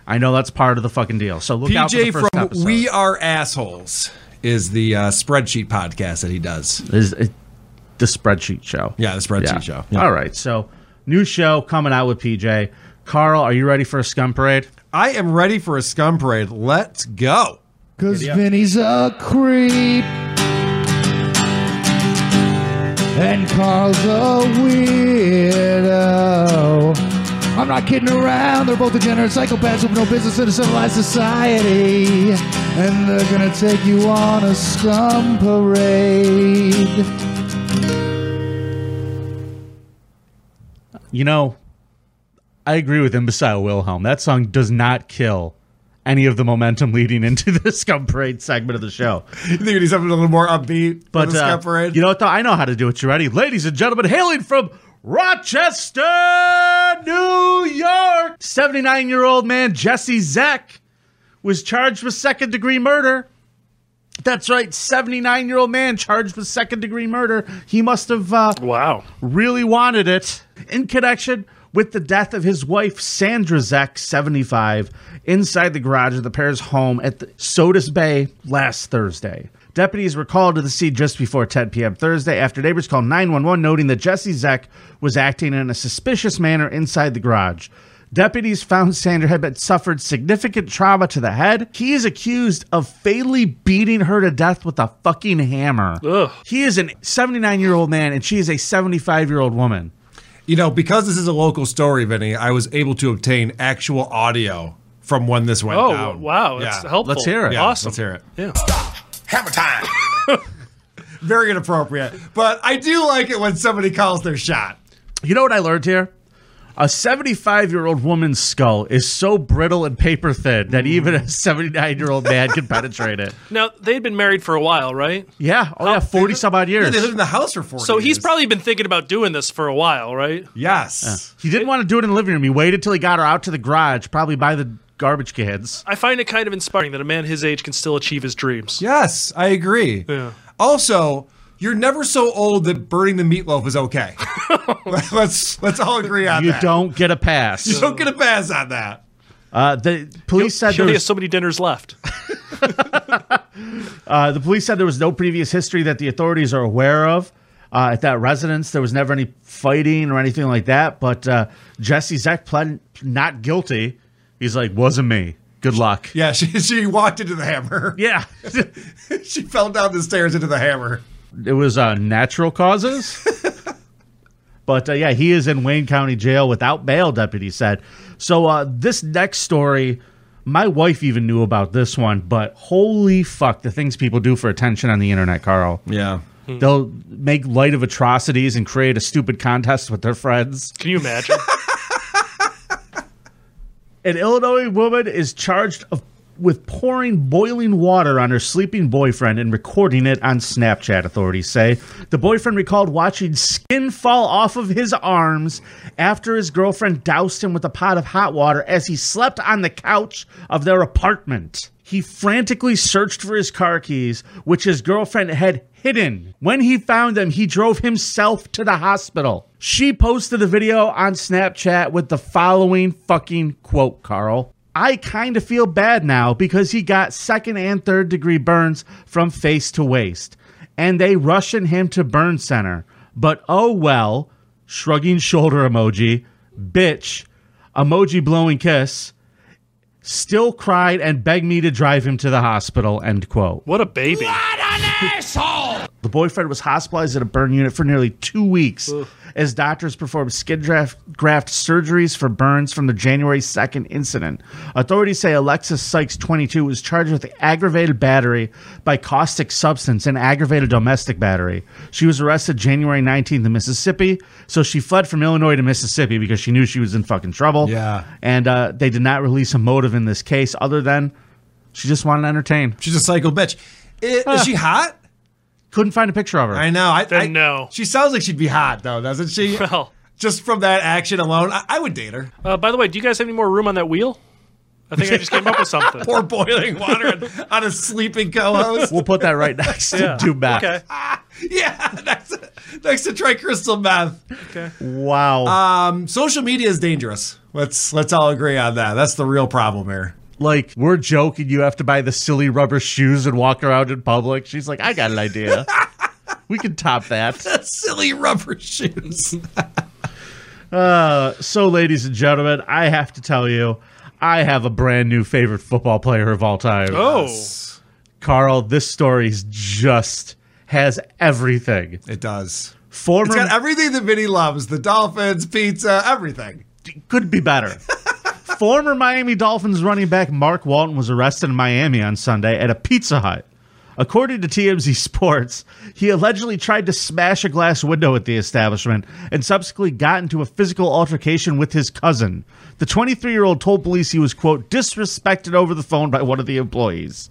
I know that's part of the fucking deal. So look out for the
PJ
first
from
episode.
We Are Assholes is the uh, spreadsheet podcast that he does.
Is it the spreadsheet show?
Yeah, the spreadsheet
Yeah.
show. Yeah.
All right. So new show coming out with PJ. Carl, are you ready for a scum parade?
I am ready for a scum parade. Let's go.
Because Vinny's a creep. And Carl's a weirdo. I'm not kidding around. They're both degenerate psychopaths with no business in a civilized society. And they're going to take you on a scum parade.
You know, I agree with Imbecile Wilhelm. That song does not kill any of the momentum leading into the scum parade segment of the show.
You think it needs something a little more upbeat? for
But
the
uh,
scum parade.
you know what? Though I know how to do it. You ready, ladies and gentlemen? Hailing from Rochester, New York, seventy-nine-year-old man Jesse Zek was charged with second-degree murder That's right. 79 year old man charged with second degree murder. He must have uh,
wow
really wanted it in connection with the death of his wife Sandra Zek, 75, inside the garage of the pair's home at the Sodas Bay last Thursday. Deputies were called to the scene just before 10 p.m. Thursday after neighbors called 911 noting that Jesse Zek was acting in a suspicious manner inside the garage. Deputies found Sandra had been suffered significant trauma to the head. He is accused of fatally beating her to death with a fucking hammer. He is an 79 year old man and she is a 75 year old woman.
You know, because this is a local story, Vinny, I was able to obtain actual audio from when this went
oh
down.
wow, that's
Yeah.
helpful.
Yeah,
Awesome.
Let's hear it.
Yeah.
Hammer time. Very inappropriate, but I do like it when somebody calls their shot.
You know what I learned here? A 75 year old woman's skull is so brittle and paper thin that even a 79 year old man can penetrate it.
Now they'd been married for a while, right?
Yeah. Oh, yeah. 40 some odd years.
house for 40
So he's probably been thinking about doing this for a while, right?
Yes.
He didn't want to do it in the living room. He waited till he got her out to the garage, probably by the garbage cans.
I find it kind of inspiring that a man his age can still achieve his dreams.
Yes, I agree. Yeah. Also, you're never so old that burning the meatloaf is okay. let's let's all agree on
You
that.
don't get a pass.
You don't get a pass on that.
Uh, the police said
He
there
only
was
has so many dinners left.
Uh, the police said there was no previous history that the authorities are aware of uh, at that residence. There was never any fighting or anything like that. But uh, Jesse Zek pled not guilty. He's like, wasn't me. Good luck.
Yeah, she she walked into the hammer.
Yeah.
she fell down the stairs into the hammer.
It was uh, natural causes. but uh, yeah, he is in Wayne County Jail without bail, deputy said. So uh, this next story, my wife even knew about this one, but holy fuck, the things people do for attention on the internet, Carl.
Yeah.
Hmm.
They'll make light of atrocities and create a stupid contest with their friends.
Can you imagine?
An Illinois woman is charged of, with pouring boiling water on her sleeping boyfriend and recording it on Snapchat, authorities say. The boyfriend recalled watching skin fall off of his arms after his girlfriend doused him with a pot of hot water as he slept on the couch of their apartment. He frantically searched for his car keys, which his girlfriend had hidden. When he found them, he drove himself to the hospital. She posted the video on Snapchat with the following fucking quote, Carl. I kind of feel bad now because he got second and third degree burns from face to waist, and they rushing him to burn center. But oh well, shrugging shoulder emoji, bitch, emoji blowing kiss, still cried and begged me to drive him to the hospital, end quote.
What a baby.
Asshole!
The boyfriend was hospitalized at a burn unit for nearly two weeks as doctors performed skin graft, graft surgeries for burns from the January 2nd incident. Authorities say Alexis Sykes, 22, was charged with aggravated battery by caustic substance and aggravated domestic battery. She was arrested January 19th in Mississippi, so she fled from Illinois to Mississippi because she knew she was in fucking trouble.
Yeah.
And uh, they did not release a motive in this case other than she just wanted to entertain.
She's a psycho bitch. I-
Ah.
Is she hot?
Couldn't find a picture of her.
I know. I, I
no.
She sounds like she'd be hot though, doesn't she?
Well.
just from that action alone, I, I would date her.
Uh, by the way, do you guys have any more room on that wheel? I think I just came up with something.
Pour boiling water on, on a sleeping co-host.
We'll put that right next to
Yeah.
do back.
Okay. next to tricrystal meth.
Okay.
Wow.
Um, social media is dangerous. Let's let's all agree on that. That's the real problem here.
like we're joking you have to buy the silly rubber shoes and walk around in public she's like i got an idea we can top that
Silly rubber shoes.
uh, so ladies and gentlemen i have to tell you i have a brand new favorite football player of all time
Oh.
carl this story's just has everything
it does
former
It's got everything that Vinny loves: the dolphins, pizza, everything.
could be better Former Miami Dolphins running back Mark Walton was arrested in Miami on Sunday at a Pizza Hut. According to TMZ Sports, he allegedly tried to smash a glass window at the establishment and subsequently got into a physical altercation with his cousin. The 23 year old told police he was, quote, disrespected over the phone by one of the employees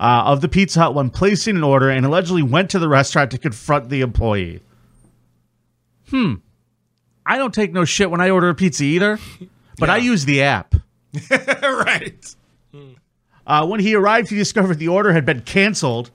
uh, of the Pizza Hut when placing an order and allegedly went to the restaurant to confront the employee. Hmm. I don't take no shit when I order a pizza either, but I use the app.
right.
Uh, when he arrived, he discovered the order had been canceled,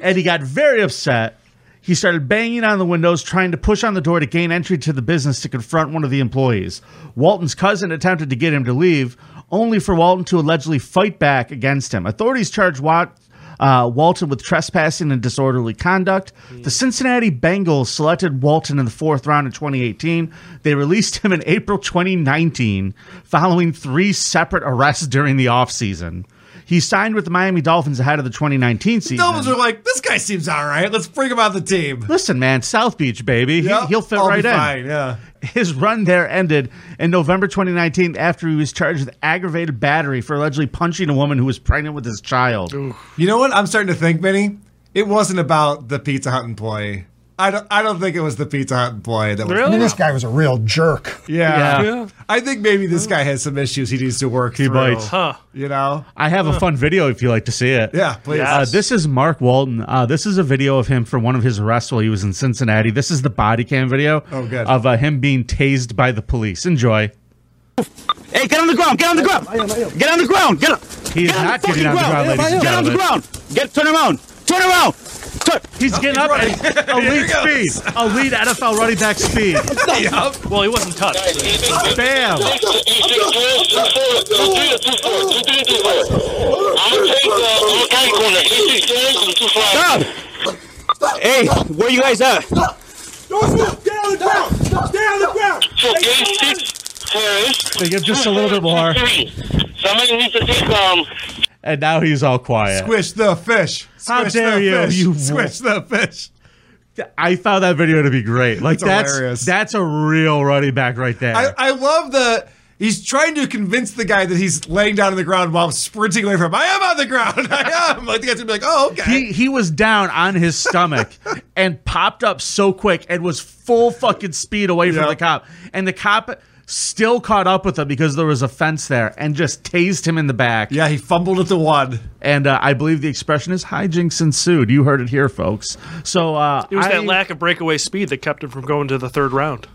and he got very upset. He started banging on the windows, trying to push on the door to gain entry to the business to confront one of the employees. Walton's cousin attempted to get him to leave, only for Walton to allegedly fight back against him. Authorities charged Wat uh, Walton with trespassing and disorderly conduct.
Hmm.
The Cincinnati Bengals selected Walton in the fourth round in 2018. They released him in April 2019 following three separate arrests during the offseason. He signed with the Miami Dolphins ahead of the 2019 season.
Dolphins are like, this guy seems all right. Let's bring him on the team.
Listen, man, South Beach, baby.
Yep,
he, he'll fit
I'll be
right in.
fine, yeah.
His run there ended in November 2019 after he was charged with aggravated battery for allegedly punching a woman who was pregnant with his child.
You know what? I'm starting to think, Vinny. It wasn't about the Pizza Hut employee. I don't. I don't think it was the Pizza Hut employee that was.
I mean, this guy was a real jerk.
Yeah.
Yeah.
I think maybe this guy has some issues he needs to work
He
through.
bites.
You know?
I have a
Huh.
fun video if you like to see it.
Yeah, please.
Uh, this is Mark Walton. Uh, this is a video of him from one of his arrests while he was in Cincinnati. This is the body cam video
Oh, good.
of uh, him being tased by the police. Enjoy.
Hey, get on the ground! Get on the ground! Get on the ground! Get up!
He is
get on
not
the
getting
fucking
on the ground, ladies and
Get on the
gentlemen.
ground! Get turn around! Turn around! Turn.
Oh,
He's getting up at elite speed, elite NFL running back speed.
Well, he wasn't touched.
Bam!
Stop! Hey, where you guys at?
Get on the ground! Get on the ground!
They give just a little bit more,
Somebody needs to take um
and now he's all quiet.
Squish the fish.
How
Squish
dare
the
you,
Fish.
you-
Squish the fish.
I found that video to be great. Like
It's
that's
hilarious.
that's a real running back right there.
I, I love the. He's trying to convince the guy that he's laying down on the ground while sprinting away from him. I am on the ground. I am. Like the guy's gonna be like, oh, okay.
he he was down on his stomach and popped up so quick and was full fucking speed away from the cop. And the cop still caught up with him because there was a fence there and just tased him in the back.
Yeah, he fumbled at the one.
And uh, I believe the expression is hijinks ensued. You heard it here, folks. So uh,
It was
I-
that lack of breakaway speed that kept him from going to the third round.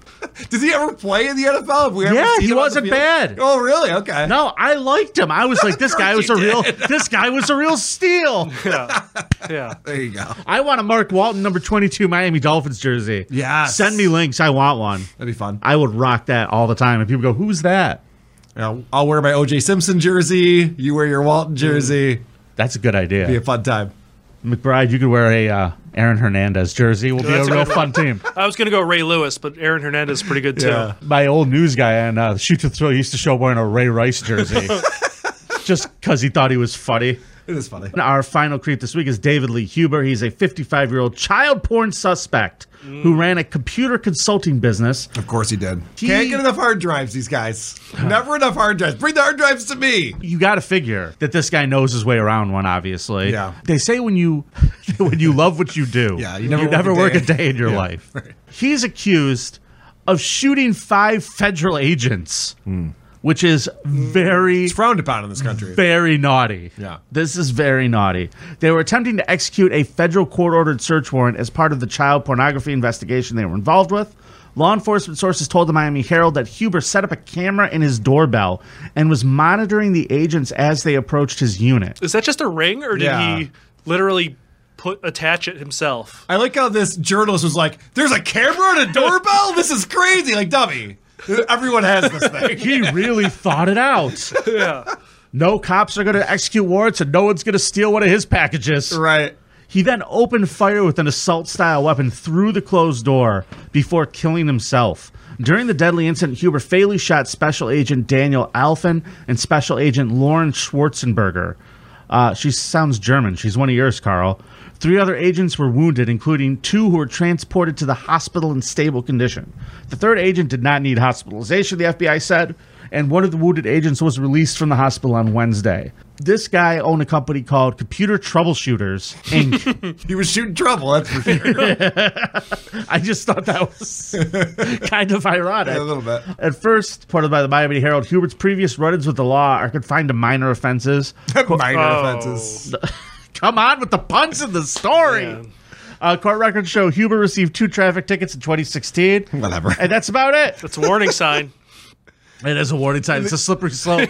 Does he ever play in the NFL? Have we ever
Yeah,
seen
he
him on the
wasn't
field?
bad.
Oh, really? Okay.
No, I liked him. I was like, this guy was a real, this guy was a real steal.
Yeah.
There you go.
I want a Mark Walton number 22 Miami Dolphins jersey. Yeah. Send me links. I want one.
That'd be fun.
I would rock that all the time. And people go, who's that?
Yeah, I'll wear my OJ Simpson jersey. You wear your Walton jersey.
That's a good idea.
Be a fun time.
McBride, you could wear a uh, Aaron Hernandez jersey. We'll be a
That's
real
good.
fun team.
I was going to go Ray Lewis, but Aaron Hernandez is pretty good, too.
My old news guy on uh, Shoot to Thrill used to show up wearing a Ray Rice jersey just because he thought he was funny.
It is funny.
Our final creep this week is David Lee Huber. He's a 55 year old child porn suspect who
Mm.
ran a computer consulting business.
Of course he did. Can't get enough hard drives, these guys. Never enough hard drives. Bring the hard drives to me.
You got to figure that this guy knows his way around one. Obviously,
Yeah.
They say when you when you love what you do,
Yeah, you never work a
work,
day.
a day in your
Yeah,
life. He's accused of shooting five federal agents,
Mm.
which is very it's
frowned upon in this country.
Very naughty.
Yeah.
This is very naughty. They were attempting to execute a federal court ordered search warrant as part of the child pornography investigation they were involved with. Law enforcement sources told the Miami Herald that Huber set up a camera in his doorbell and was monitoring the agents as they approached his unit.
Is that just a ring, or did
Yeah.
he literally put attach it himself?
I like how this journalist was like, there's a camera and a doorbell? This is crazy. Like, dummy. Everyone has this thing.
he really thought it out.
Yeah.
No cops are going to execute warrants and no one's going to steal one of his packages.
Right.
He then opened fire with an assault style weapon through the closed door before killing himself. During the deadly incident, Huber fatally shot Special Agent Daniel Alfin and Special Agent Lauren Schwarzenberger. Uh, she sounds German. She's one of yours, Carl. Three other agents were wounded, including two who were transported to the hospital in stable condition. The third agent did not need hospitalization, the FBI said, and one of the wounded agents was released from the hospital on Wednesday. This guy owned a company called Computer Troubleshooters Inc.
he was shooting trouble, that's for sure.
I just thought that was kind of ironic.
Yeah, a little bit.
At first, reported by the Miami Herald, Hubert's previous run-ins with the law are confined to minor offenses.
Minor
Oh.
offenses.
Come on with the puns in the story. Uh, court records show Huber received two traffic tickets in 2016.
Whatever.
And that's about it.
That's a warning sign.
It is a warning sign. It's a slippery slope.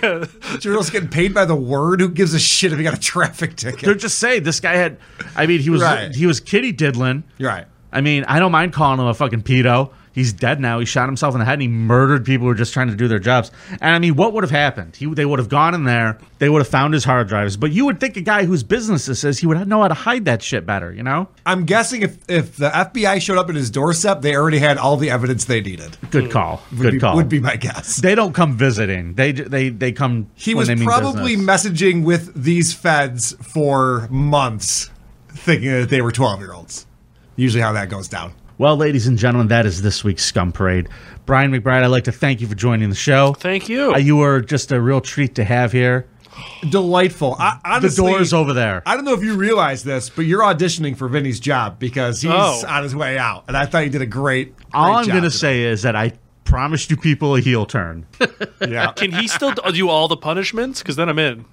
Journalists getting paid by the word. Who gives a shit if he got a traffic ticket?
They're just saying this guy had. I mean, he was
Right.
he was kitty diddling.
Right.
I mean, I don't mind calling him a fucking pedo. He's dead now. He shot himself in the head and he murdered people who were just trying to do their jobs. And I mean, what would have happened? He, they would have gone in there. They would have found his hard drives. But you would think a guy whose business this is, he would know how to hide that shit better. You know?
I'm guessing if, if the FBI showed up at his doorstep, they already had all the evidence they needed.
Good call.
Hmm. Would
Good
be-
call.
Would be my guess.
They don't come visiting. They they they come.
He
when
was
they mean
probably
business.
messaging with these feds for months, thinking that they were 12 year olds. Usually how that goes down.
Well, ladies and gentlemen, that is this week's Scum Parade. Brian McBride, I'd like to thank you for joining the show.
Thank you.
Uh, you were just a real treat to have here.
Delightful. I, honestly,
the door's over there.
I don't know if you realize this, but you're auditioning for Vinny's job because he's
Oh.
on his way out. And I thought he did a great, great
All I'm
job.
going to say is that I promised you people a heel turn.
Yeah.
Can he still d- do all the punishments? Because then I'm in.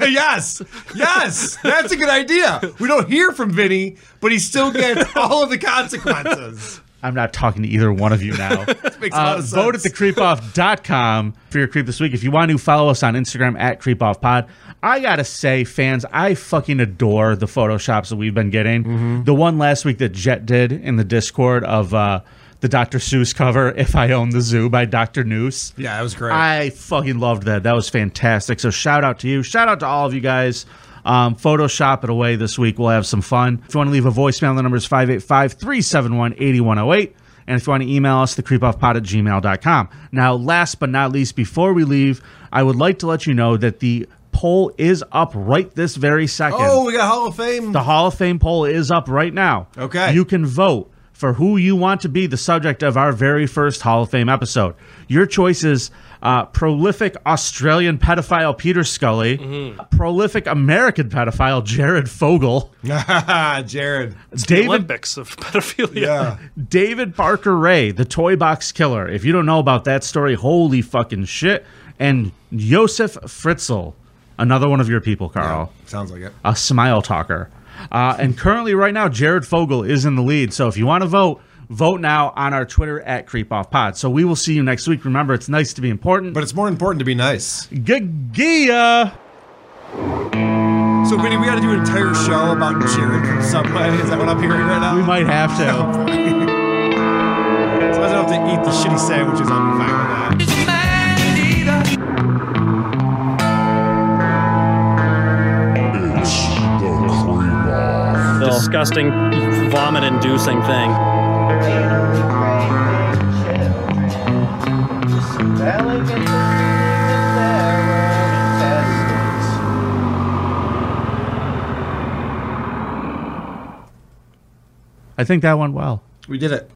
yes. Yes. That's a good idea. We don't hear from Vinny, but he still gets all of the consequences.
I'm not talking to either one of you now. Uh,
makes a lot of sense.
Vote at thecreepoff.com for your creep this week. If you want to, follow us on Instagram at creepoffpod. I gotta say, fans, I fucking adore the photoshops that we've been getting.
Mm-hmm.
The one last week that Jet did in the Discord of uh, the Dr. Seuss cover, "If I Own the Zoo" by Dr. Noose.
Yeah, it was great.
I fucking loved that. That was fantastic. So shout out to you. Shout out to all of you guys. Um, Photoshop it away this week. We'll have some fun. If you want to leave a voicemail, the number is 585 371 8108. And if you want to email us, thecreepoffpod at gmail.com. Now, last but not least, before we leave, I would like to let you know that the poll is up right this very second.
Oh, we got Hall of Fame.
The Hall of Fame poll is up right now. Okay. You can vote for who you want to be the subject of our very first Hall of Fame episode. Your choice is uh, prolific Australian pedophile Peter Scully, prolific American pedophile Jared Fogle,
Jared.
The
David
Olympics of pedophilia.
David Barker Ray, the toy box killer. If you don't know about that story, holy fucking shit. And Josef Fritzl, another one of your people, Carl.
Sounds like it.
A smile talker. Uh, and currently, right now, Jared Fogle is in the lead. So if you want to vote, vote now on our Twitter at CreepOffPod. So we will see you next week. Remember, it's nice to be important, but
it's more important to be nice.
Gagia!
So, Vinny, we got to do an entire show about Jared from Subway. Is that what I'm hearing right now? We
might have to.
so I don't have to eat the shitty sandwiches. I'll be fine with that.
Disgusting, vomit inducing thing.
um,
I think that went well.
We did it.